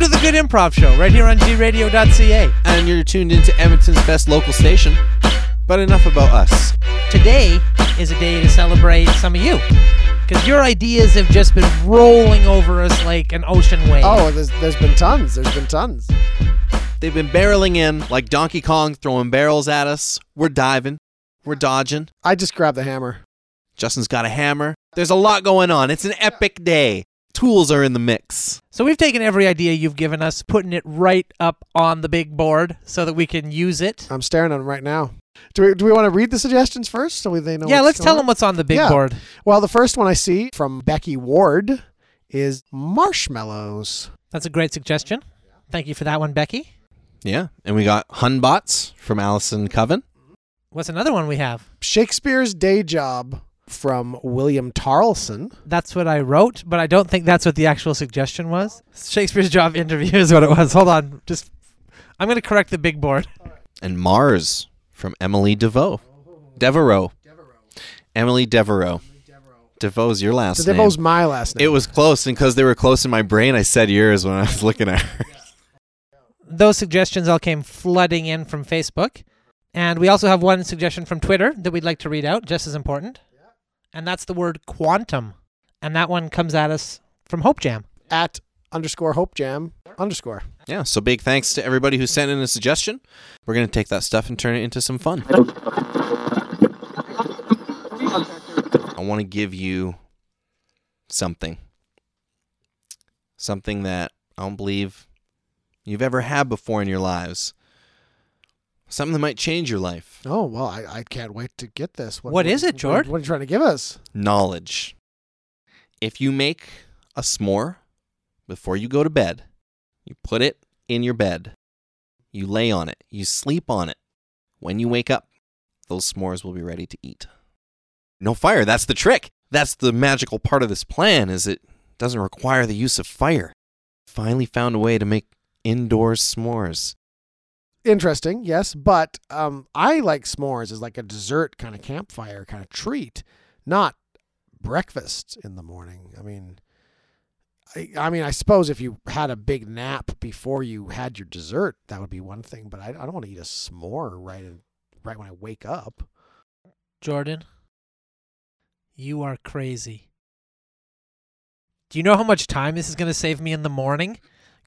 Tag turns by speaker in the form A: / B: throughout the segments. A: improv show right here on gradio.ca.
B: And you're tuned into Edmonton's best local station. But enough about us.
A: Today is a day to celebrate some of you. Because your ideas have just been rolling over us like an ocean wave.
C: Oh, there's, there's been tons. There's been tons.
B: They've been barreling in like Donkey Kong, throwing barrels at us. We're diving, we're dodging.
C: I just grabbed the hammer.
B: Justin's got a hammer. There's a lot going on. It's an epic day. Tools are in the mix.
A: So we've taken every idea you've given us, putting it right up on the big board so that we can use it.
C: I'm staring at them right now. Do we, do we want to read the suggestions first so they know?
A: yeah, let's
C: what's going
A: tell
C: on?
A: them what's on the big
C: Yeah.
A: board.
C: Well, the first one I see from Becky Ward is marshmallows.
A: That's a great suggestion. Thank you for that one, Becky.
B: Yeah. And we got Hunbots from Allison Coven.
A: What's another one we have?
C: Shakespeare's Day Job from William Tarleson.
A: That's what I wrote, but I don't think that's what the actual suggestion was. Shakespeare's job interview is what it was. Hold on, just I'm going to correct the big board.
B: And Mars from Emily DeVoe. Devereaux. Emily Devereaux. DeVoe's your last
C: So
B: name.
C: Devo's my last name.
B: It was close, and because they were close in my brain, I said yours when I was looking at her.
A: Those suggestions all came flooding in from Facebook, and we also have one suggestion from Twitter that we'd like to read out, just as important. And that's the word quantum, and that one comes at us from Hope Jam.
C: at underscore Hope Jam underscore.
B: Yeah, so big thanks to everybody who sent in a suggestion. We're going to take that stuff and turn it into some fun. I want to give you something. Something that I don't believe you've ever had before in your lives. Something that might change your life.
C: Oh well, I, I can't wait to get this.
A: What is it, Jord?
C: What, are you trying to give us?
B: Knowledge. If you make a s'more before you go to bed, you put it in your bed, you lay on it, you sleep on it. When you wake up, those s'mores will be ready to eat. No fire, that's the trick. That's the magical part of this plan is it doesn't require the use of fire. Finally found a way to make indoor s'mores.
C: Interesting, yes, but um, I like s'mores as like a dessert kind of campfire kind of treat, not breakfast in the morning. I mean, I, I mean, I suppose if you had a big nap before you had your dessert, that would be one thing. But I, I don't want to eat a s'more right in, right when I wake up.
A: Jordan, you are crazy. Do you know how much time this is going to save me in the morning?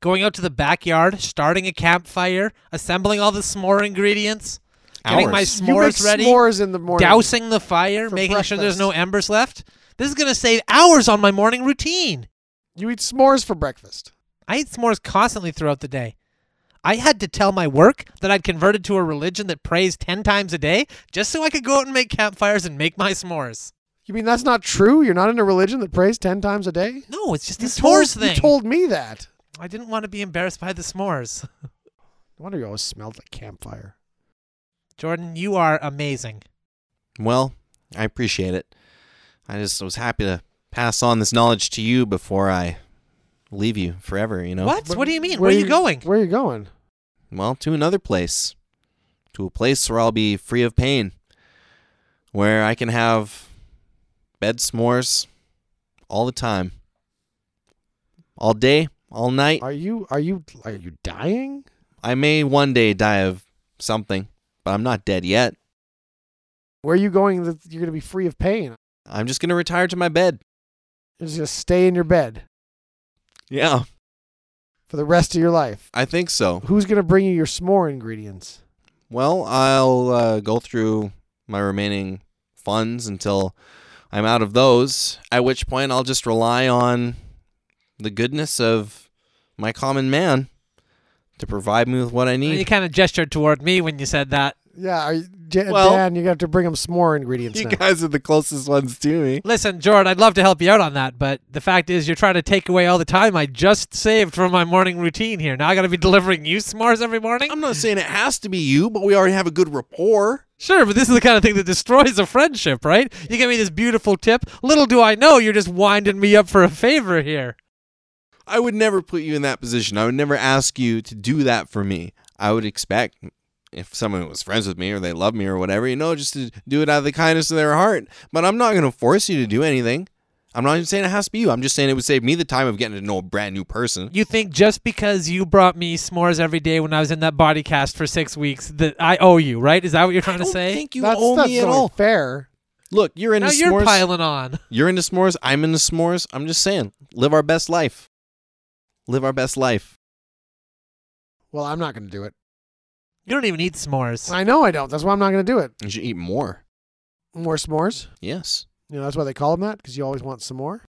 A: Going out to the backyard, starting a campfire, assembling all the s'more ingredients, getting my
B: Hours.
C: You make
A: s'mores ready,
C: s'mores in the morning.
A: dousing the fire,
C: for
A: making sure there's no
C: breakfast.
A: embers left. This is going to save hours on my morning routine.
C: You eat s'mores for breakfast.
A: I eat s'mores constantly throughout the day. I had to tell my work that I'd converted to a religion that prays 10 times a day just so I could go out and make campfires and make my s'mores.
C: You mean that's not true? You're not in a religion that prays ten times a day.
A: No, it's just
C: You
A: a s'mores
C: told-
A: thing.
C: You told me that.
A: I didn't want to be embarrassed by the s'mores.
C: No wonder you always smelled like campfire.
A: Jordan, you are amazing.
B: Well, I appreciate it. I just was happy to pass on this knowledge to you before I leave you forever, you know?
A: What? What do you mean? Where, are you going?
C: Where are you going?
B: Well, to another place. To a place where I'll be free of pain. Where I can have bed s'mores all the time. All day, all night.
C: Are you are you are you dying?
B: I may one day die of something, but I'm not dead yet.
C: Where are you going that you're gonna be free of pain?
B: I'm just going to retire to my bed.
C: You're just gonna stay in your bed
B: Yeah,
C: for the rest of your life.
B: I think so.
C: Who's gonna bring you your s'more ingredients?
B: Well, I'll uh, go through my remaining funds until I'm out of those, at which point I'll just rely on the goodness of my common man to provide me with what I
A: You
B: need.
A: kind of gestured toward me when you said that.
C: Yeah, are you, J-
B: Well-
C: Dan, you're gonna have to bring him s'more ingredients
B: You
C: now.
B: guys are the closest ones to me.
A: Listen, Jordan, I'd love to help you out on that, but the fact is you're trying to take away all the time I just saved from my morning routine here. Now I got to be delivering you s'mores every morning?
B: I'm not saying it has to be you, but we already have a good rapport.
A: Sure, but this is the kind of thing that destroys a friendship, right? You give me this beautiful tip. Little do I know you're just winding me up for a favor here.
B: I would never put you in that position. I would never ask you to do that for me. I would expect if someone was friends with me or they love me or whatever, you know, just to do it out of the kindness of their heart. But I'm not going to force you to do anything. I'm not even saying it has to be you. I'm just saying it would save me the time of getting to know a brand new person.
A: You think just because you brought me s'mores every day when I was in that body cast for six weeks that I owe you, right? Is that what you're trying
B: I
A: to
B: don't
A: say?
B: think you
C: that's
B: owe
C: that's
B: me at
C: only
B: all.
C: fair.
B: Look, you're into
A: now you're
B: s'mores.
A: piling on.
B: You're into s'mores. I'm into s'mores. I'm just saying, live our best life. Live our best life.
C: Well, I'm not going to do it.
A: You don't even eat s'mores.
C: I know I don't. That's why I'm not going to do it.
B: You should eat more.
C: More s'mores.
B: Yes.
C: You know, that's why they call them that because you always want some more.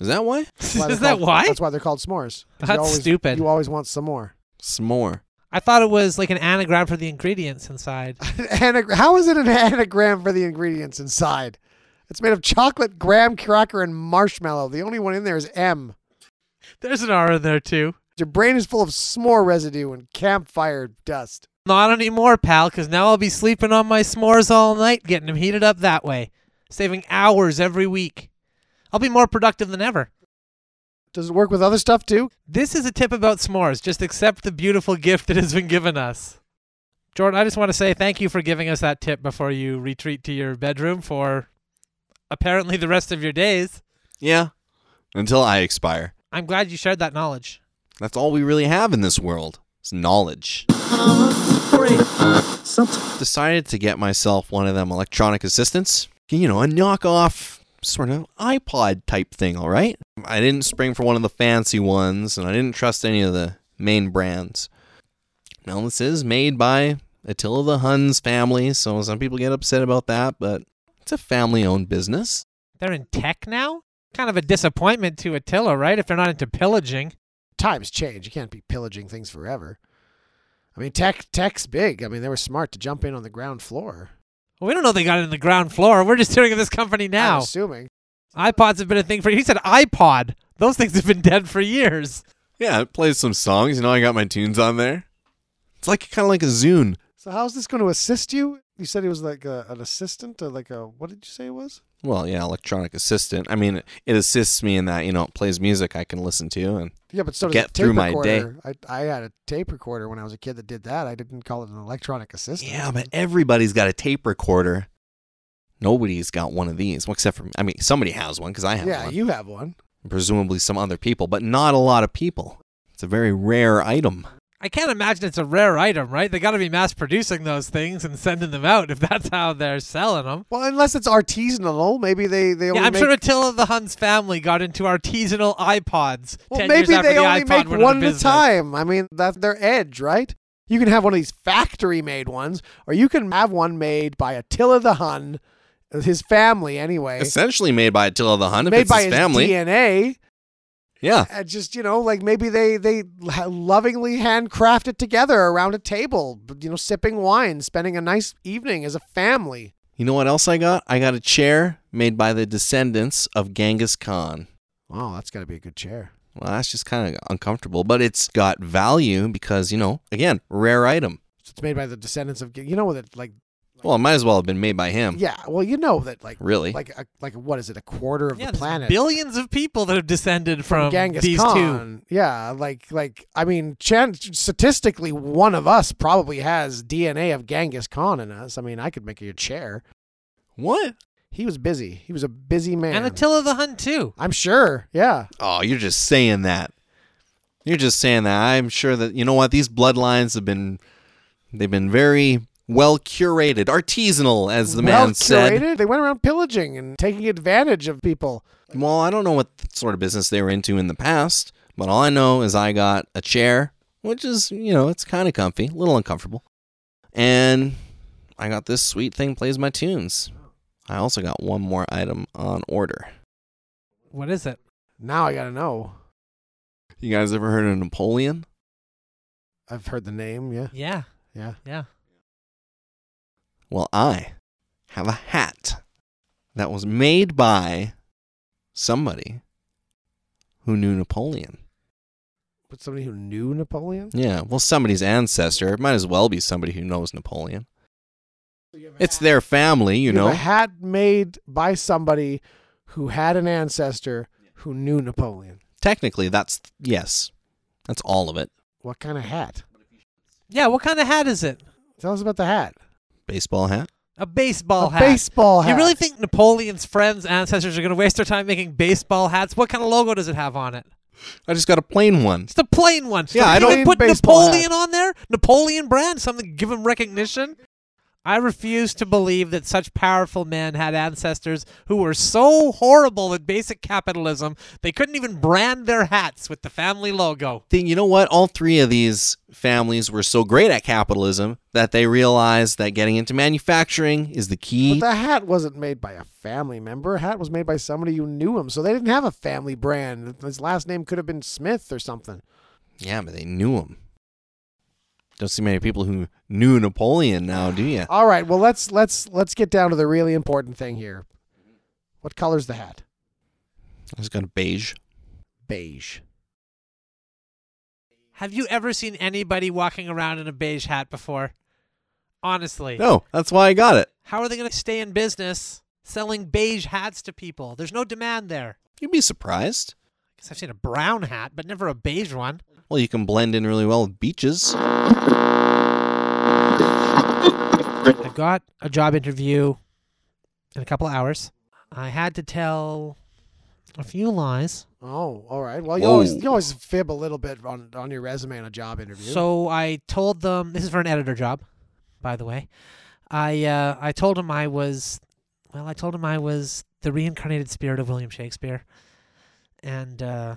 B: Is that why?
C: That's why they're
A: Is that
C: called-
A: why?
C: That's why they're called s'mores. 'Cause you
A: That's
C: always-
A: stupid.
C: You always want some more.
B: S'more.
A: I thought it was like an anagram for the ingredients inside.
C: Anag- How is it an anagram for the ingredients inside? It's made of chocolate, graham cracker, and marshmallow. The only one in there is M.
A: There's an R in there too.
C: Your brain is full of s'more residue and campfire dust.
A: Not anymore, pal, because now I'll be sleeping on my s'mores all night, getting them heated up that way, saving hours every week. I'll be more productive than ever.
C: Does it work with other stuff too?
A: This is a tip about s'mores. Just accept the beautiful gift that has been given us. Jordan, I just want to say thank you for giving us that tip before you retreat to your bedroom for apparently the rest of your days.
B: Yeah. Until I expire.
A: I'm glad you shared that knowledge.
B: That's all we really have in this world. It's knowledge. Decided to get myself one of them electronic assistants. You know, a knockoff sort of iPod type thing, all right? I didn't spring for one of the fancy ones, and I didn't trust any of the main brands. Now, this is made by Attila the Huns family, so some people get upset about that, but it's a family owned business.
A: They're in tech now? Kind of a disappointment to Attila, right? If they're not into pillaging.
C: Times change. You can't be pillaging things forever. I mean, tech tech's big. I mean, they were smart to jump in on the ground floor.
A: Well, we don't know they got it in the ground floor. We're just hearing of this company
C: I'm
A: now.
C: assuming.
A: iPods have been a thing for. He said iPod. Those things have been dead for years.
B: Yeah, it plays some songs. You know, I got my tunes on there. It's like kind of like a Zune.
C: So how's this going to assist you? You said he was like a, an assistant, or like a what did you say it was?
B: Well, yeah, electronic assistant. I mean, it assists me in that you know it plays music I can listen to, and
C: Yeah, but so does
B: Get
C: a tape
B: through my day.
C: recorder. I, I had a tape recorder when I was a kid that did that. I didn't call it an electronic assistant.
B: yeah, but everybody's got a tape recorder. Nobody's got one of these, well, except for I mean, somebody has one because I have
C: yeah,
B: one.
C: you have one.
B: Presumably some other people, but not a lot of people. It's a very rare item.
A: I can't imagine it's a rare item, right? They got to be mass producing those things and sending them out if that's how they're selling them.
C: Well, unless it's artisanal, maybe they they only
A: Yeah, I'm
C: make,
A: sure Attila the Hun's family got into artisanal iPods.
C: well,
A: 10
C: maybe
A: years after
C: they
A: the
C: only
A: iPod
C: make
A: went out of
C: one at a
A: business.
C: time. I mean, that's their edge, right? You can have one of these factory-made ones, or you can have one made by Attila the Hun, his family anyway,
B: Essentially made by Attila the Hun, if
C: made
B: it's
C: by
B: his
C: his
B: family.
C: DNA.
B: Yeah,
C: and uh, just you know like maybe they they ha- lovingly handcraft it together around a table you know sipping wine spending a nice evening as a family
B: you know what else I got? I got a chair made by the descendants of Genghis Khan.
C: wow that's got to be a good chair
B: Well, that's just kind of uncomfortable, but it's got value because you know, again, rare item.
C: so it's made by the descendants of you know that like
B: Well, it might as well have been made by him.
C: yeah well you know that like
B: Um, Really?
C: like a, like what is it a quarter of
A: Yeah,
C: the
A: there's
C: planet
A: billions of people that have descended from,
C: Genghis
A: these two.
C: Khan. Yeah, like like I mean, chan- statistically, one of us probably has DNA of Genghis Khan in us. I mean, I could make you a chair.
B: what?
C: He was busy. He was a busy man.
A: And Attila the Hun, too.
C: I'm sure. Yeah.
B: Oh, you're just saying that. You're just saying that. I'm sure that you know what these bloodlines have been. They've been very well curated, artisanal, as the man said.
C: They went around pillaging and taking advantage of people.
B: Well, I don't know what sort of business they were into in the past, but all I know is I got a chair, which is you know it's kind of comfy, a little uncomfortable, and I got this sweet thing plays my tunes. I also got one more item on order.
A: What is it?
C: Now I gotta know.
B: You guys ever heard of Napoleon?
C: I've heard the name. Yeah,
A: Yeah,
C: yeah.
A: yeah.
B: Well, I have a hat that was made by somebody who knew Napoleon.
C: But somebody who knew Napoleon.
B: Yeah, well, somebody's ancestor. It might as well be somebody who knows Napoleon. It's their family, you
C: have a
B: know.
C: hat made by somebody who had an ancestor who knew Napoleon.
B: Technically, that's yes, that's all of it.
C: What kind of hat?
A: Yeah, what kind of hat is it?
C: Tell us about the hat.
B: Baseball hat.
A: A baseball
C: a
A: hat.
C: baseball hat.
A: You really think Napoleon's friends, ancestors are going to waste their time making baseball hats? What kind of logo does it have on it?
B: I just got a plain one.
A: It's the plain one.
B: Yeah, I
A: They
B: don't-
A: even put
C: Plain baseball
A: Napoleon on there. Napoleon brand, something give him recognition. I refuse to believe that such powerful men had ancestors who were so horrible at basic capitalism they couldn't even brand their hats with the family logo.
B: Think you know what? All three of these families were so great at capitalism that they realized that getting into manufacturing is the
C: But
B: key.
C: the hat wasn't made by a family member. A hat was made by somebody who knew him. So they didn't have a family brand. His last name could have been Smith or something.
B: yeah, but they knew him. Don't see many people who knew Napoleon now, do you?
C: All right. Well, let's let's let's get down to the really important thing here. What color's the hat?
B: I just got a beige.
C: Beige.
A: Have you ever seen anybody walking around in a beige hat before? Honestly.
B: No, that's why I got it.
A: How are they going to stay in business selling beige hats to people? There's no demand there.
B: You'd be surprised.
A: I guess I've seen a brown hat, but never a beige one.
B: Well, you can blend in really well with beaches.
A: I've got a job interview in a couple hours. I had to tell a few lies.
C: Oh, all right. Well, you
B: Whoa.
C: always you always fib a little bit on on your resume in a job interview.
A: So I told them this is for an editor job, by the way. I uh, I told him I was well, I told him I was the reincarnated spirit of William Shakespeare, and uh,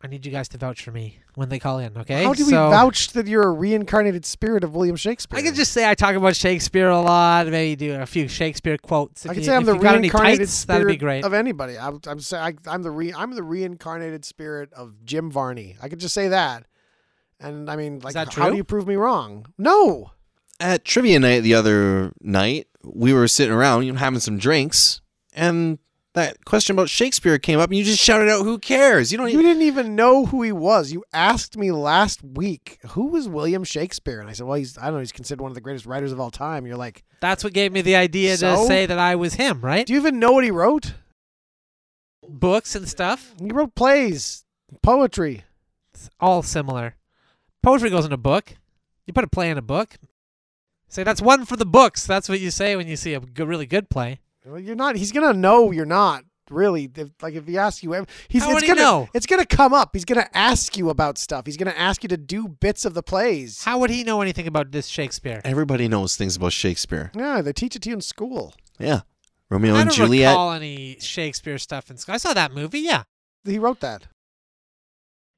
A: I need you guys to vouch for me when they call in. Okay?
C: how do we
A: So-
C: vouch that you're a reincarnated spirit of William Shakespeare?
A: I could just say I talk about Shakespeare a lot. Maybe do a few Shakespeare quotes. If
C: I could
A: you,
C: say I'm
A: if
C: the
A: you got any
C: reincarnated
A: tights,
C: spirit
A: that'd be great.
C: of anybody. I'm I'm saying I, I'm the re, I'm the reincarnated spirit of Jim Varney. I could just say that, and I mean, like,
A: that
C: how
A: true?
C: do you prove me wrong? No.
B: At trivia night the other night, we were sitting around, you know, having some drinks, and that question about Shakespeare came up, and you just shouted out, "Who cares?" You don't.
C: You
B: Even,
C: didn't even know who he was. You asked me last week who was William Shakespeare, and I said, "Well, he's I don't know. He's considered one of the greatest writers of all time." You're like,
A: That's what gave me the idea
C: So?
A: to say that I was him, right?
C: "Do you even know what he wrote?
A: Books and stuff,
C: He wrote plays, poetry."
A: it's all similar. Poetry goes in a book. You put a play in a book. Say that's one for the books. That's what you say when you see a g- really good play.
C: Well, you're not. He's gonna know you're not really. If, like if he asks you, ev- he's
A: How
C: it's
A: would he
C: gonna
A: know?
C: it's gonna come up. He's gonna ask you about stuff. He's gonna ask you to do bits of the plays.
A: How would he know anything about this Shakespeare?
B: everybody knows things about Shakespeare.
C: yeah, they teach it to you in school.
B: Yeah, Romeo
A: I
B: and
A: don't
B: Juliet.
A: recall any Shakespeare stuff in school. I saw that movie. Yeah,
C: He wrote that.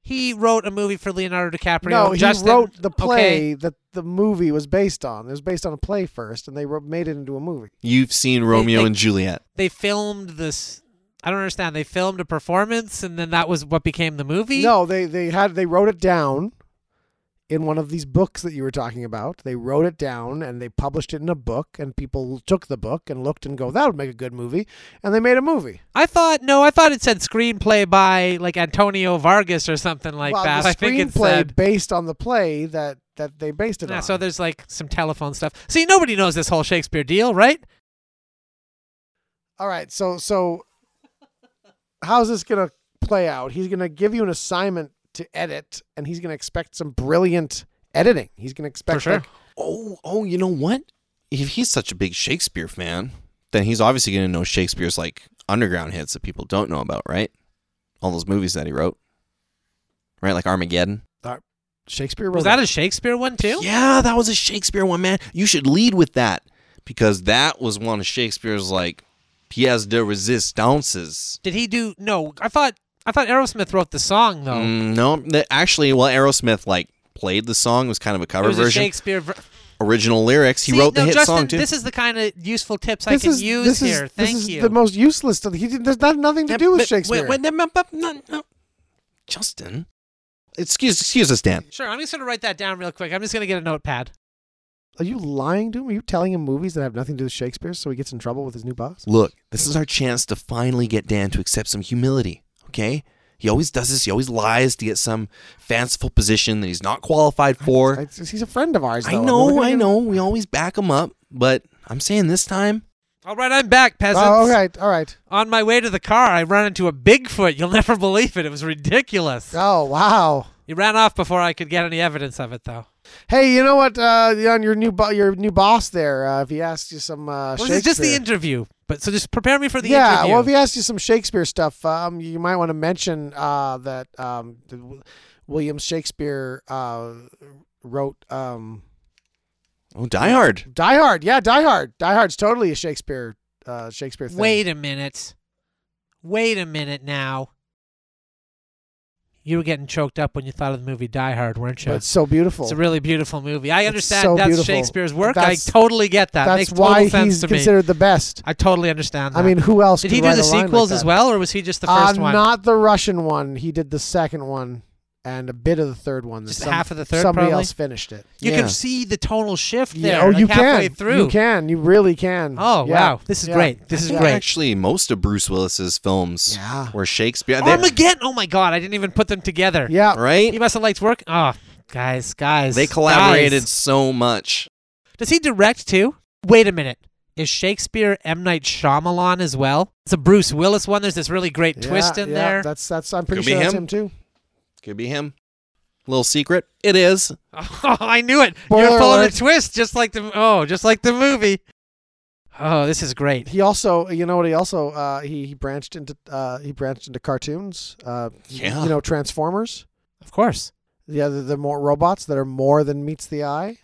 A: he wrote a movie for Leonardo DiCaprio.
C: no, he
A: Uh, Justin-
C: wrote the
A: okay.
C: play that the movie was based on. It was based on a play first, and they wrote, made it into a movie.
B: You've seen Romeo
A: they-
B: and Juliet.
A: they filmed this. I don't understand. They filmed a performance, and then that was what became the movie.
C: No, they they had they wrote it down in one of these books that you were talking about. They wrote it down and they published it in a book and people took the book and looked and go, that would make a good movie and they made a movie.
A: I thought no. I thought it said screenplay by like Antonio Vargas or something like
C: well,
A: that.
C: the
A: I think it
C: screenplay
A: said.
C: based on the play that that they based it
A: Yeah,
C: on.
A: so there's like some telephone stuff. See, nobody knows this whole Shakespeare deal, right?
C: All right, so so how's this gonna play out? He's gonna give you an assignment to edit and he's gonna expect some brilliant editing. He's gonna expect
A: sure.
C: like,
B: Oh, oh, you know what? If he's such a big Shakespeare fan, then he's obviously going to know Shakespeare's like underground hits that people don't know about, right? All those movies that he wrote, right? Like Armageddon.
C: Shakespeare wrote
A: Was that a Shakespeare one too?
B: Yeah, that was a Shakespeare one, man. You should lead with that because that was one of Shakespeare's like pièces de resistances.
A: Did he do? No, I thought I thought Aerosmith wrote the song though.
B: Mm, no, that actually, well, Aerosmith like played the song. It was kind of a
A: It
B: cover
A: was a
B: version,
A: Shakespeare. Ver-
B: original lyrics. He
A: See,
B: wrote the
A: no,
B: hit
A: Justin,
B: song too.
A: This is the kind of useful tips I
C: this
A: can
C: is,
A: use
C: this is-
A: here.
C: this
A: Thank
C: is
A: you.
C: the most useless stuff. He didn't, there's not, nothing to
B: Yeah,
C: do with
B: but-
C: Shakespeare.
B: wait, wait, no, but- no, no. Justin, excuse excuse us, Dan.
A: sure, I'm just gonna write that down real quick. I'm just gonna get a notepad.
C: Are you lying to him? Are you telling him movies that have nothing to do with Shakespeare so he gets in trouble with his new boss?
B: Look, this is our chance to finally get Dan to accept some humility. Okay, he always does this. He always lies to get some fanciful position that he's not qualified for.
C: I- he's a friend of ours.
B: I
C: though. We're
B: know,
C: gonna
B: I
C: get-
B: know. We always back him up, but I'm saying this time,
A: All right, I'm back, peasants.
C: Oh, all right, all right.
A: On my way to the car, I ran into a Bigfoot. You'll never believe it. It was ridiculous.
C: Oh, wow.
A: He ran off before I could get any evidence of it, though.
C: Hey, you know what? Uh, on your new bo- your new boss there, uh, if he asks you some uh,
A: Well,
C: Shakespeare,
A: this is just the interview. But so just prepare me for the
C: yeah,
A: interview.
C: well, if he asks you some Shakespeare stuff, um, you might want to mention uh, that um, the W- William Shakespeare uh, wrote um,
B: Oh, Die Hard.
C: Die Hard. Yeah, Die Hard. Die Hard's totally a Shakespeare uh, Shakespeare thing.
A: Wait a minute. Wait a minute now. You were getting choked up when you thought of the movie Die Hard, weren't you?
C: but it's so beautiful.
A: It's a really beautiful movie. I
C: It's
A: understand
C: so
A: that's
C: beautiful.
A: Shakespeare's work.
C: That's-
A: I totally get that.
C: That's
A: Makes
C: why
A: total sense
C: he's
A: to me.
C: considered the best.
A: I totally understand that.
C: I mean, who else?
A: did
C: could
A: he do
C: write
A: the
C: a line
A: sequels
C: like
A: as
C: that?
A: well, or was he just the first
C: uh,
A: one?
C: Not the Russian one. He did the second one and a bit of the third one.
A: Just
C: Some-
A: half of the third,
C: Somebody
A: probably?
C: else finished it.
A: you
B: Yeah.
A: can see the tonal shift there.
C: Yeah, oh,
A: like
C: you
A: halfway
C: can.
A: Through.
C: You can. You really can.
A: Oh
C: Yeah.
A: wow, this is
C: Yeah.
A: great. This is
C: Yeah.
A: great.
B: Actually, most of Bruce Willis's films
C: Yeah.
B: were Shakespeare. They-
A: Armageddon. Oh my god, I didn't even put them together.
C: Yeah.
B: right?
A: He must have liked work. Oh, guys, guys.
B: They
A: guys.
B: collaborated so much.
A: Does he direct too? Wait a minute. Is Shakespeare M Night Shyamalan as well? It's a Bruce Willis one. There's this really great twist
C: yeah,
A: in
C: yeah.
A: there.
C: That's that's. I'm pretty
B: Could be
C: sure that's
B: him.
C: him too.
B: Could be him. Little secret. It is.
A: Oh, I knew it. You're
C: Spoiler
A: following
C: alert.
A: the twist, just like the oh, just like the movie. Oh, this is great.
C: He also, you know what? He also uh, he he branched into uh, he branched into cartoons. Uh,
B: Yeah.
C: You know Transformers.
A: Of course.
C: Yeah, the, the more robots that are more than meets the eye.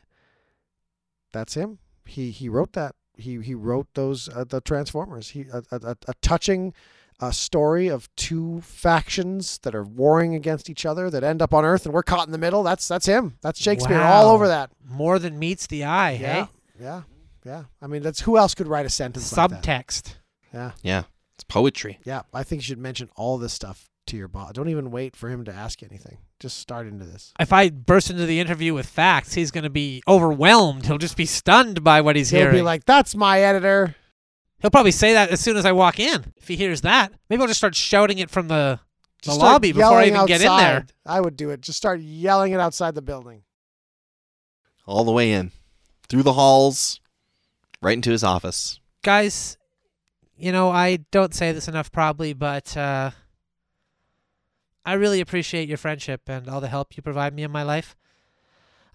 C: That's him. He he wrote that. He he wrote those uh, the Transformers. He a, a, a, a touching uh, story of two factions that are warring against each other that end up on Earth and we're caught in the middle. That's that's him. That's Shakespeare all
A: Wow.
C: over that.
A: More than meets the eye.
C: Yeah,
A: Hey.
C: yeah, yeah. I mean, that's who else could write a sentence like that?
A: Subtext.
C: Yeah,
B: Yeah. It's poetry.
C: yeah. I think you should mention all this stuff to your boss. Don't even wait for him to ask you anything. Just start into this.
A: If I burst into the interview with facts, he's going to be overwhelmed. He'll just be stunned by what he's
C: He'll
A: hearing.
C: be like, "That's my editor."
A: He'll probably say that as soon as I walk in. If he hears that, maybe I'll just start shouting it from the the
C: Just start
A: lobby before I
C: yelling
A: even get in there.
C: outside. I would do it. Just start yelling it outside the building.
B: All the way in. Through the halls. Right into his office.
A: Guys, you know, I don't say this enough probably, but uh, I really appreciate your friendship and all the help you provide me in my life.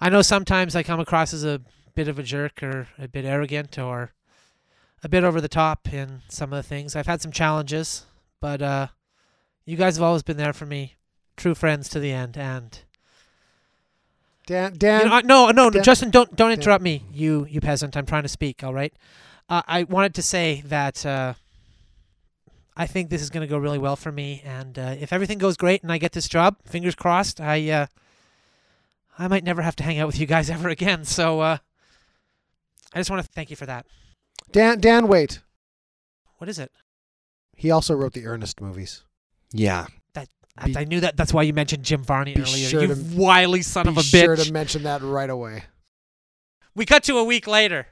A: I know sometimes I come across as a bit of a jerk or a bit arrogant or a bit over the top in some of the things. I've had some challenges, but uh, you guys have always been there for me, true friends to the end, and
C: Dan, Dan,
A: You know, I- no, no, no,
C: Dan-
A: Justin, don't don't
C: Dan-
A: interrupt me. You you peasant. I'm trying to speak. All right. Uh, I wanted to say that uh, I think this is going to go really well for me, and uh, if everything goes great and I get this job, fingers crossed, I uh, I might never have to hang out with you guys ever again. So uh, I just want to thank you for that.
C: Dan, Dan, wait.
A: What is it?
C: He also wrote the Ernest movies.
B: Yeah.
A: I-
C: Be-
A: I knew that. That's why you mentioned Jim Varney
C: Be
A: earlier.
C: sure
A: you
C: to-
A: wily son of
C: Be
A: a
C: sure
A: bitch.
C: to mention that right away.
A: we cut to a week later.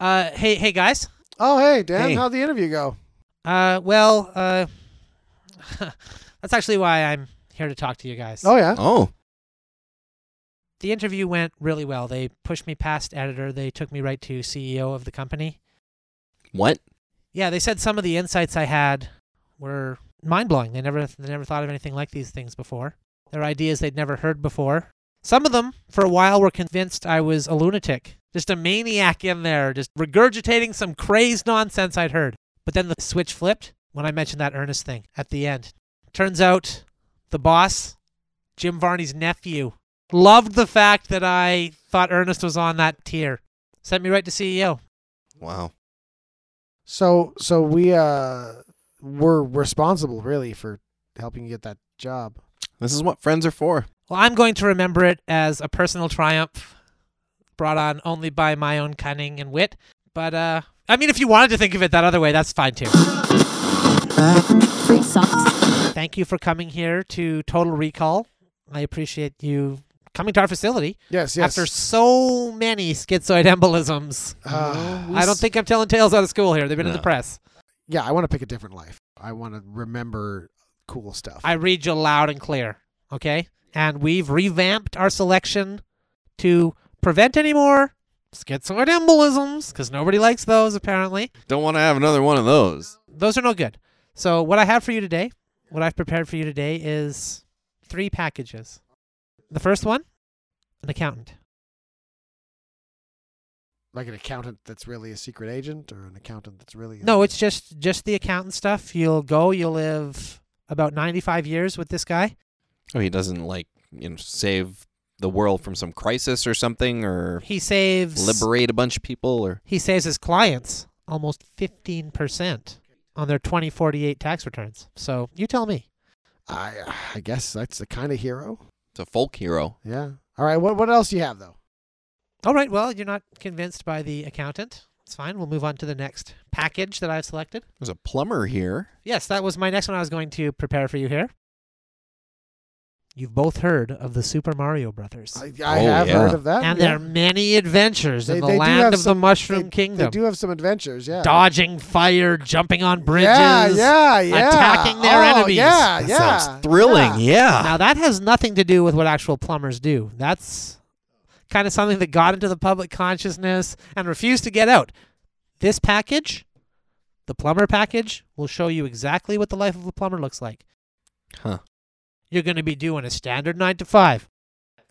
A: Uh, hey, hey guys.
C: Oh, hey, Dan,
B: Hey.
C: how'd the interview go?
A: Uh, well, uh, that's actually why I'm here to talk to you guys.
C: Oh yeah,
B: Oh.
A: The interview went really well. They pushed me past editor. They took me right to CEO of the company.
B: What?
A: Yeah, they said some of the insights I had were mind blowing. They never they never thought of anything like these things before. They're ideas they'd never heard before. Some of them, for a while, were convinced I was a lunatic, just a maniac in there, just regurgitating some crazed nonsense I'd heard. But then the switch flipped when I mentioned that Ernest thing at the end. Turns out the boss, Jim Varney's nephew, loved the fact that I thought Ernest was on that tier. Sent me right to E CEO.
B: Wow.
C: so so we uh were responsible really for helping you get that job.
B: This is what friends are for.
A: Well, I'm going to remember it as a personal triumph brought on only by my own cunning and wit. But, uh, I mean, if you wanted to think of it that other way, that's fine too.
D: free socks.
A: Thank you for coming here to Total Recall. I appreciate you coming to our facility
C: Yes, yes.
A: after so many schizoid embolisms.
C: Uh,
A: I don't think I'm telling tales out of school here. They've been in the
B: No.
A: press.
C: yeah, I want to pick a different life. I want to remember cool stuff.
A: I read you loud and clear, okay? And we've revamped our selection to prevent any more schizoid embolisms because nobody likes those apparently.
B: Don't want to have another one of those.
A: Those are no good. So what I have for you today, what I've prepared for you today is three packages. The first one, An accountant.
C: Like an accountant that's really a secret agent, or an accountant that's really a-
A: No, it's just just the accountant stuff. You'll go. You'll live about ninety five years with this guy.
B: Oh, he doesn't like you know save the world from some crisis or something, or
A: He saves
B: liberate a bunch of people, or
A: he saves his clients almost 15% on their 2048 tax returns. So you tell me.
C: I I guess that's the kind of hero.
B: it's a folk hero.
C: Yeah. All right. What what else you have though?
A: All right, well, you're not convinced by the accountant. It's fine. We'll move on to the next package that I've selected.
B: There's a plumber here.
A: Yes, that was my next one I was going to prepare for you here. You've both heard of the Super Mario Brothers.
C: I, I
B: Oh,
C: have
B: yeah.
C: heard of that.
A: and
C: yeah.
A: their many adventures
C: They-
A: in the
C: they do have
A: land of the
C: some-
A: Mushroom
C: they,
A: Kingdom.
C: They do have some adventures. Yeah.
A: Dodging fire, jumping on bridges.
C: Yeah. Yeah. Yeah.
A: attacking their
C: oh,
A: enemies.
C: Yeah.
B: That
C: yeah.
B: sounds thrilling.
C: Yeah.
B: Yeah.
A: Now that has nothing to do with what actual plumbers do. That's kind of something that got into the public consciousness and refused to get out. This package, the plumber package, will show you exactly what the life of a plumber looks like.
B: Huh.
A: You're going to be doing a standard 9 to 5.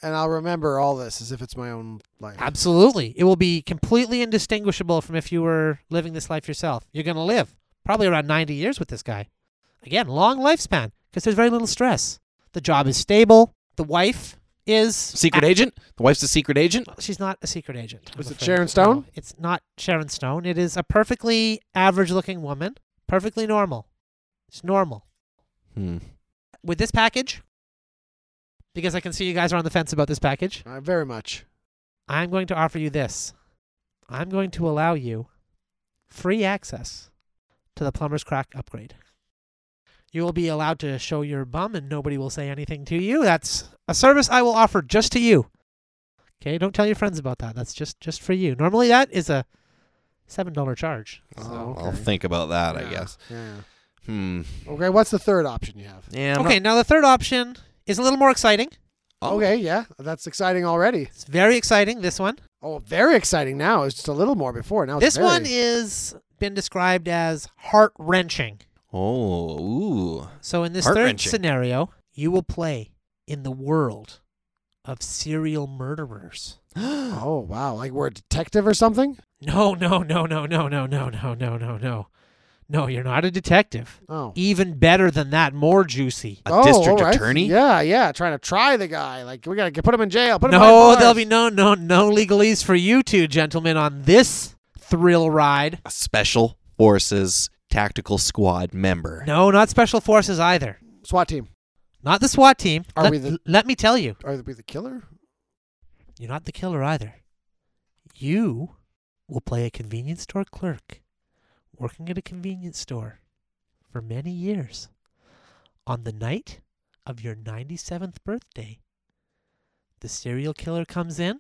C: And I'll remember all this as if it's my own life.
A: Absolutely. It will be completely indistinguishable from if you were living this life yourself. You're going to live probably around 90 years with this guy. Again, long lifespan because there's very little stress. The job is stable. The wife is
B: Secret agent. The wife's a secret agent.
A: She's not a secret agent. I'm
C: Was it
A: afraid.
C: Sharon Stone?
A: No, it's not Sharon Stone. It is a perfectly average looking woman, perfectly normal. It's normal.
B: Hmm.
A: With this package, because I can see you guys are on the fence about this package,
C: Uh, very much.
A: I'm going to offer you this. I'm going to allow you free access to the plumber's crack upgrade. You will be allowed to show your bum and nobody will say anything to you. That's a service I will offer just to you. Okay, don't tell your friends about that. That's just just for you. Normally that is a $7 charge.
C: Oh,
A: So-
B: I'll
C: okay.
B: think about that.
C: Yeah,
B: I guess.
C: Yeah.
B: Hmm.
C: Okay. What's the third option you have?
B: Yeah. I'm
A: Okay, now the third option is a little more exciting.
B: not- oh,
C: Okay. Yeah. That's exciting already.
A: It's very exciting this one.
C: Oh, very exciting now. It's just a little more before. Now it's
A: this one
C: very-
A: is been described as heart-wrenching.
B: Oh. Ooh.
A: So in this third
B: Heart-wrenching.
A: scenario, you will play in the world of serial murderers.
C: Oh wow! Like we're a detective or something?
A: No, no, no, no, no, no, no, no, no, no, no. No, you're not a detective.
C: Oh.
A: Even better than that, more juicy.
B: A
C: Oh,
B: district
C: all right.
B: attorney.
C: Yeah, yeah, trying to try the guy. Like we gotta get- put him in jail. Put him
A: No,
C: behind
A: there'll
C: bars.
A: be no no no legalese for you two gentlemen on this thrill ride.
B: A special forces tactical squad member.
A: No, not special forces either.
C: SWAT team.
A: Not the SWAT team.
C: Are
A: let,
C: we the-
A: let me tell you.
C: Are we the killer?
A: You're not the killer either. You will play a convenience store clerk working at a convenience store for many years. On the night of your 97th birthday, the serial killer comes in,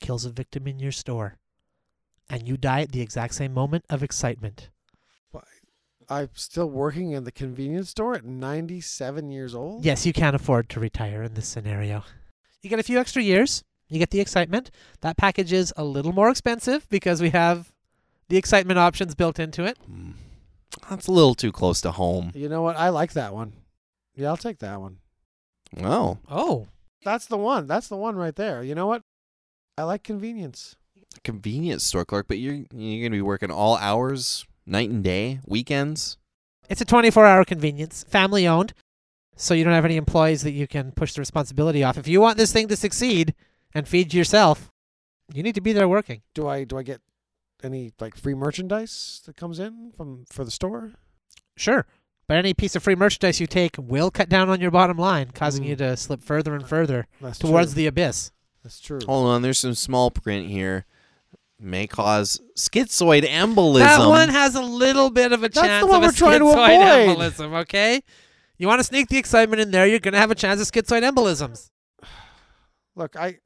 A: kills a victim in your store, and you die at the exact same moment of excitement.
C: I'm still working in the convenience store at 97 years old.
A: Yes, you can't afford to retire in this scenario. You get a few extra years. You get the excitement. That package is a little more expensive because we have the excitement options built into it.
B: Hmm. That's a little too close to home.
C: You know what? I like that one. Yeah, I'll take that one.
B: Wow.
A: Oh,
C: That's the one. That's the one right there. You know what? I like convenience.
B: convenience store clerk, but you're you're gonna be working all hours, night and day, weekends.
A: it's a 24 hour convenience, family owned. So you don't have any employees that you can push the responsibility off. If you want this thing to succeed and feed yourself, you need to be there working.
C: Do I do I get any like free merchandise that comes in from for the store?
A: Sure. But any piece of free merchandise you take will cut down on your bottom line, causing
C: Mm.
A: you to slip further and further
C: That's
A: towards
C: true.
A: the abyss.
C: That's true.
B: Hold on, there's some small print here. May cause schizoid embolism.
A: That one has a little bit of a
C: That's the
A: chance
C: one
A: of a
C: we're trying to
A: schizoid
C: avoid.
A: embolism, okay? You want to sneak the excitement in there, you're going to have a chance of schizoid embolisms.
C: Look, I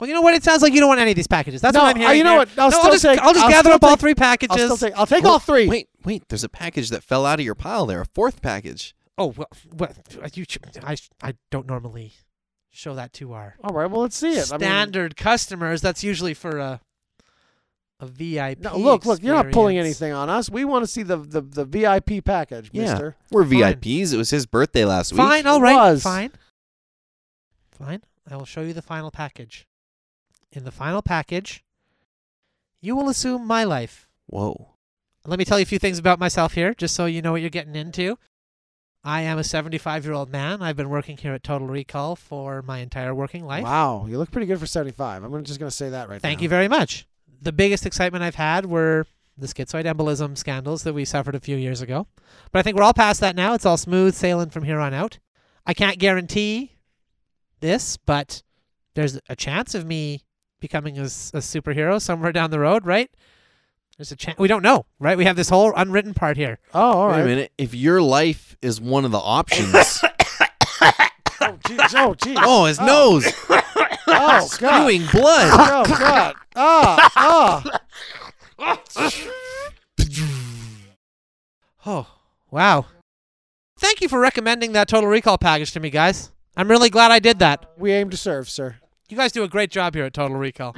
A: Well, you know what? It sounds like you don't want any of these packages. That's
C: No,
A: what I'm
C: uh,
A: hearing.
C: you know
A: there.
C: what? I'll
A: No,
C: still
A: just,
C: take-
A: I'll just
C: I'll
A: gather
C: still
A: up all
C: take-
A: three
C: I'll
A: packages.
C: still take I'll take
B: Well,
C: all three.
B: Wait, wait. There's a package that fell out of your pile there. A fourth package.
A: oh, well, well, you, sh- I, sh- I don't normally show that to our
C: All right, well let's see it. I mean-
A: standard customers. That's usually for a a VIP.
C: No, look, look, you're not pulling
A: experience.
C: anything on us. We want to see the, the, the VIP package,
B: Yeah.
C: mister.
B: We're
A: Fine.
B: VIPs. It was his birthday last week.
A: Fine, all
C: It
A: right,
C: was.
A: fine, fine. I will show you the final package. In the final package, you will assume my life.
B: Whoa.
A: Let me tell you a few things about myself here, just so you know what you're getting into. I am a 75 year old man. I've been working here at Total Recall for my entire working life.
C: Wow, you look pretty good for 75. I'm gonna- just going to say that right
A: Thank
C: now.
A: you very much. The biggest excitement I've had were the schizoid embolism scandals that we suffered a few years ago. But I think we're all past that now. It's all smooth sailing from here on out. I can't guarantee this, but there's a chance of me becoming a, s- a superhero somewhere down the road, right? There's a chance. We don't know, right? We have this whole unwritten part here.
C: Oh, all
B: Wait a
C: right.
B: minute. If your life is one of the options.
C: Oh, jeez. Oh, jeez.
B: oh, his nose.
C: oh, God.
B: Spewing blood.
C: Oh, God. Ah, ah.
A: Oh, wow. Thank you for recommending that Total Recall package to me, guys. I'm really glad I did that.
C: We aim to serve, sir.
A: You guys do a great job here at Total Recall.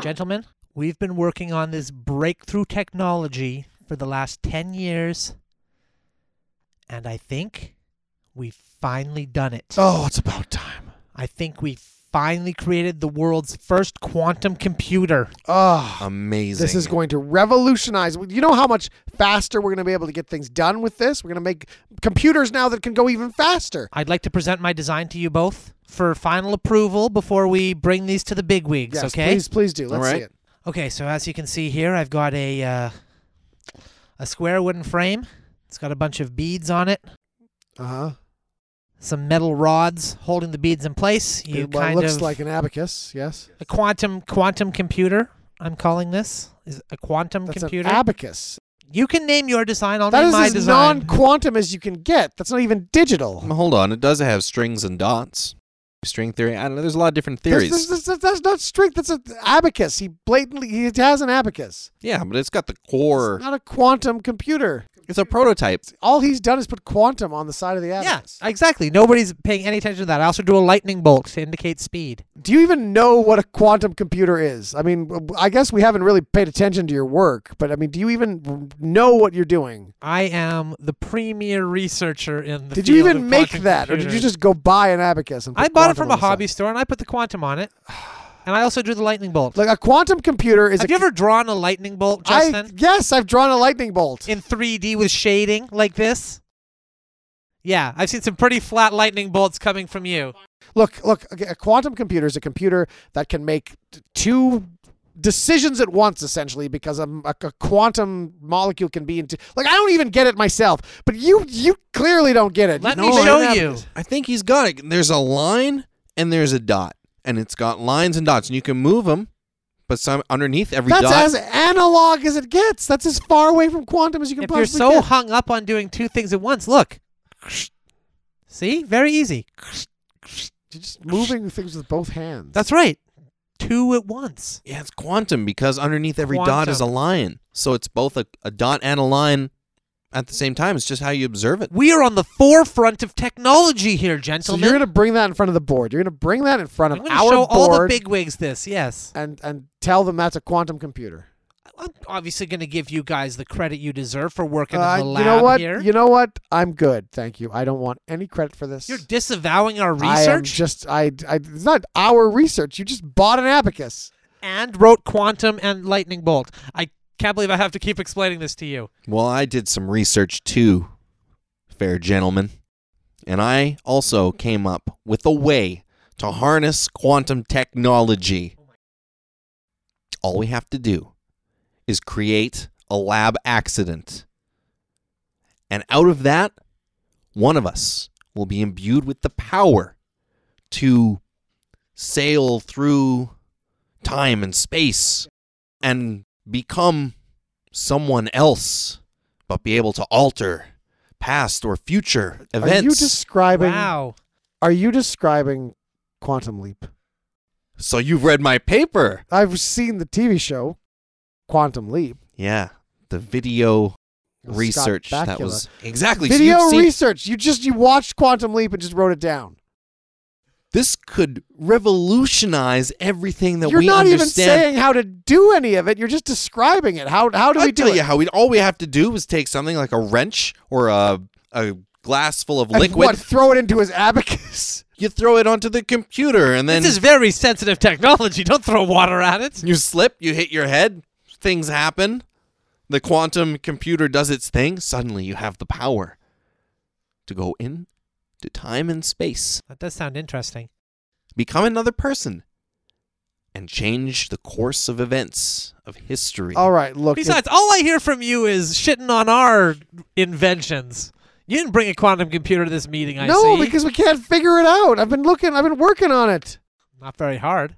A: Gentlemen, we've been working on this breakthrough technology for the last 10 years, and I think we've finally done it.
C: Oh, it's about time.
A: I think we finally created the world's first quantum computer.
C: Oh,
B: Amazing.
C: This is going to revolutionize. You know how much faster we're going to be able to get things done with this? We're going to make computers now that can go even faster.
A: I'd like to present my design to you both for final approval before we bring these to the bigwigs,
C: Yes,
A: okay?
C: please, please do.
B: All
C: Let's
B: right.
C: see it.
A: Okay, so as you can see here, I've got a uh, a square wooden frame. It's got a bunch of beads on it,
C: Uh huh.
A: some metal rods holding the beads in place. You
C: It well,
A: kind
C: looks
A: of
C: like an abacus. Yes,
A: a quantum quantum computer. I'm calling this is it a quantum
C: that's
A: computer.
C: an abacus.
A: you can name your design. I'll
C: That
A: name
C: is
A: my
C: as
A: design.
C: non-quantum as you can get. That's not even digital.
B: Well, Hold on. It does have strings and dots. String theory. I don't know. There's a lot of different
C: That's,
B: theories.
C: that's- that's- that's not strength. That's an abacus. He blatantly he has an abacus.
B: yeah, but it's got the
C: It's
B: core.
C: not a quantum computer.
B: It's a prototype.
C: All he's done is put quantum on the side of the
A: yeah,
C: abacus.
A: exactly. Nobody's paying any attention to that. I also do a lightning bolt to indicate speed.
C: Do you even know what a quantum computer is? I mean, w- I guess we haven't really paid attention to your work, but I mean, do you even know what you're doing?
A: I am the premier researcher in the
C: did
A: field
C: you even
A: of
C: make
A: quantum
C: that, or did you
A: computers.
C: just go buy an abacus? And put
A: I bought it
C: quantum
A: from
C: on
A: a
C: the side?
A: hobby store and I put the quantum on it. And I also drew the lightning bolt.
C: Like a quantum computer is
A: Have
C: a.
A: you ever drawn a lightning bolt,
C: I,
A: Justin?
C: yes, I've drawn a lightning bolt.
A: In 3D with shading like this? Yeah, I've seen some pretty flat lightning bolts coming from you.
C: Look, look, okay, a quantum computer is a computer that can make t- two decisions at once, essentially, because a, m- a c- a quantum molecule can be into. Like, I don't even get it myself, but you, you clearly don't get it.
A: Let
C: You
A: me
C: know what
A: show
C: an
A: you.
C: abacus-
B: I think he's got it. There's a line and there's a dot, and it's got lines and dots, and you can move them. But some underneath every
C: That's
B: dot,
C: as analog as it gets. That's as far away from quantum as you can
A: If
C: possibly
A: you're so
C: get.
A: hung up on doing two things at once, look. See? Very easy.
C: You're just moving things with both hands.
A: That's right. Two at once.
B: yeah, it's quantum because underneath every dot is a
A: Quantum.
B: line, so it's both a, a dot and a line at the same time. It's just how you observe it.
A: We are on the forefront of technology here,
C: so
A: gentlemen.
C: you're going to bring that in front of the board. You're going to bring that in front
A: I'm
C: of
A: going to
C: our
A: show
C: board
A: all the bigwigs this, yes.
C: and and tell them that's a quantum computer.
A: I'm obviously going to give you guys the credit you deserve for working
C: Uh,
A: in the lab
C: you know what?
A: here.
C: You know what? I'm good. Thank you. I don't want any credit for this.
A: You're disavowing our
C: I am
A: research
C: just I, I it's not our research. You just bought an abacus.
A: and wrote quantum and lightning bolt. I can't believe I have to keep explaining this to you.
B: Well, I did some research too, fair gentlemen. And I also came up with a way to harness quantum technology. All we have to do is create a lab accident. And out of that, one of us will be imbued with the power to sail through time and space and become someone else, but be able to alter past or future events.
C: Are you describing?
A: Wow.
C: Are you describing quantum leap?
B: so you've read my paper.
C: I've seen the TV show, Quantum Leap.
B: Yeah, the video
C: with Scott
B: research that
C: Bakula.
B: was exactly so
C: video
B: you've seen-
C: research. You just you watched Quantum Leap and just wrote it down.
B: This could revolutionize everything that
C: You're
B: we
C: not even
B: understand.
C: saying how to do any of it. You're just describing it. How how do
B: I'll
C: we do
B: tell
C: it?
B: you how we all we have to do is take something like a wrench or a a glass full of
C: And
B: liquid.
C: What? Throw it into his abacus.
B: You throw it onto the computer and then
A: this is very sensitive technology. Don't throw water at it.
B: you slip, you hit your head, things happen. The quantum computer does its thing. Suddenly you have the power to go in to time and space,
A: That does sound interesting.
B: become another person, and change the course of events of history.
C: All right. Look. if-
A: Besides, all I hear from you is shitting on our inventions. You didn't bring a quantum computer to this meeting, I
C: no,
A: see.
C: because we can't figure it out. I've been looking. I've been working on it.
A: Not very hard.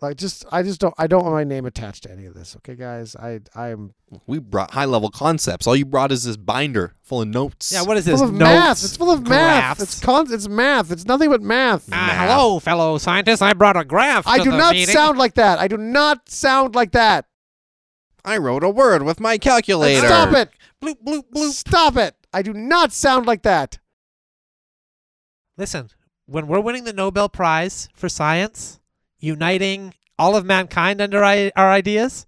C: Like, just I just don't. I don't want my name attached to any of this. Okay, guys. I I'm
B: We brought high level concepts. All you brought is this binder full of notes.
A: Yeah, what is
C: full
A: this?
C: of
A: notes,
C: math. It's full of math.
A: graphs?
C: It's con- It's math. It's nothing but math.
A: Ah, hello, fellow scientists. I brought a graph.
C: I
A: to
C: do
A: the
C: not
A: meeting.
C: sound like that. I do not sound like that.
B: I wrote a word with my calculator.
C: Stop it.
A: Bloop, bloop, bloop.
C: Stop it. I do not sound like that.
A: Listen, when we're winning the Nobel Prize for science, uniting all of mankind under I- our ideas,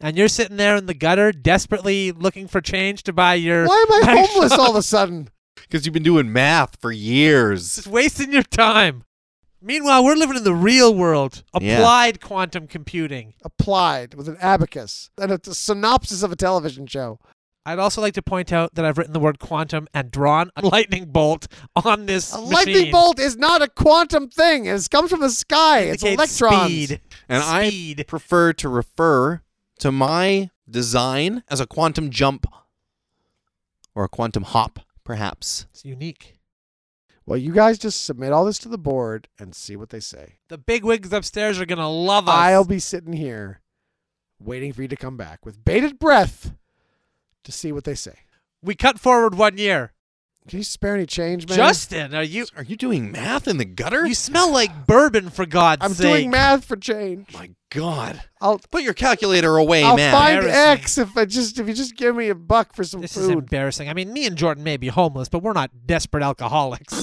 A: and you're sitting there in the gutter desperately looking for change to buy your.
C: Why am I
A: back
C: homeless
A: shop.
C: all of a sudden?
B: Because you've been doing math for years.
A: Just wasting your time. Meanwhile, we're living in the real world,
B: Yeah.
A: applied quantum computing.
C: Applied with an abacus and a synopsis of a television show.
A: I'd also like to point out that I've written the word quantum and drawn a lightning bolt on this
C: A
A: machine.
C: lightning bolt is not a quantum thing. It comes from the sky. It's
A: Indicates
C: electrons.
A: Speed.
B: And I
A: Speed.
B: prefer to refer to my design as a quantum jump or a quantum hop, perhaps.
A: It's unique.
C: Well, you guys just submit all this to the board and see what they say.
A: The big wigs upstairs are gonna love us.
C: I'll be sitting here waiting for you to come back with bated breath to see what they say.
A: we cut forward one year.
C: Can you spare any change, man?
A: Justin, are you?
B: Are you doing math in the gutter?
A: You smell like bourbon for God's
C: I'm
A: sake.
C: doing math for change.
B: my God.
C: I'll
B: Put your calculator away,
C: I'll
B: man.
C: find
A: Embarrassing.
C: X if I just if you just give me a buck for some
A: This is
C: food.
A: embarrassing. I mean, me and Jordan may be homeless, but we're not desperate alcoholics.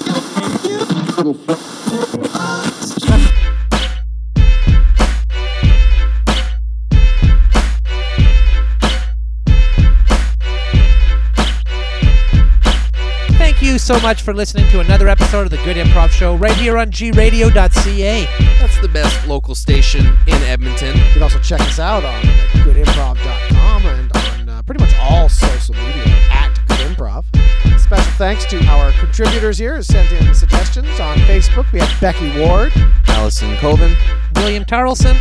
A: Thank you so much for listening to another episode of the Good Improv Show right here on gradio.ca.
B: That's the best local station in Edmonton.
C: You can also check us out on at goodimprov.com and on uh, pretty much all social media at goodimprov. Special thanks to our contributors here who sent in suggestions on Facebook. We have Becky Ward
B: Allison Coven.
A: William Tarleson.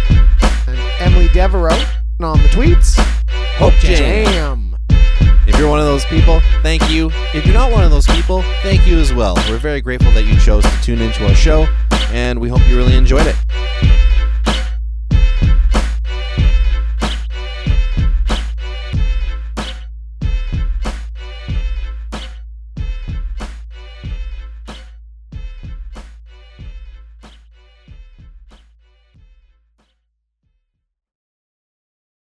C: and Emily Devereaux. And on the tweets,
B: Hope Jane.
C: jam.
B: If you're one of those people, thank you. If you're not one of those people, thank you as well. We're very grateful that you chose to tune into our show, and we hope you really enjoyed it.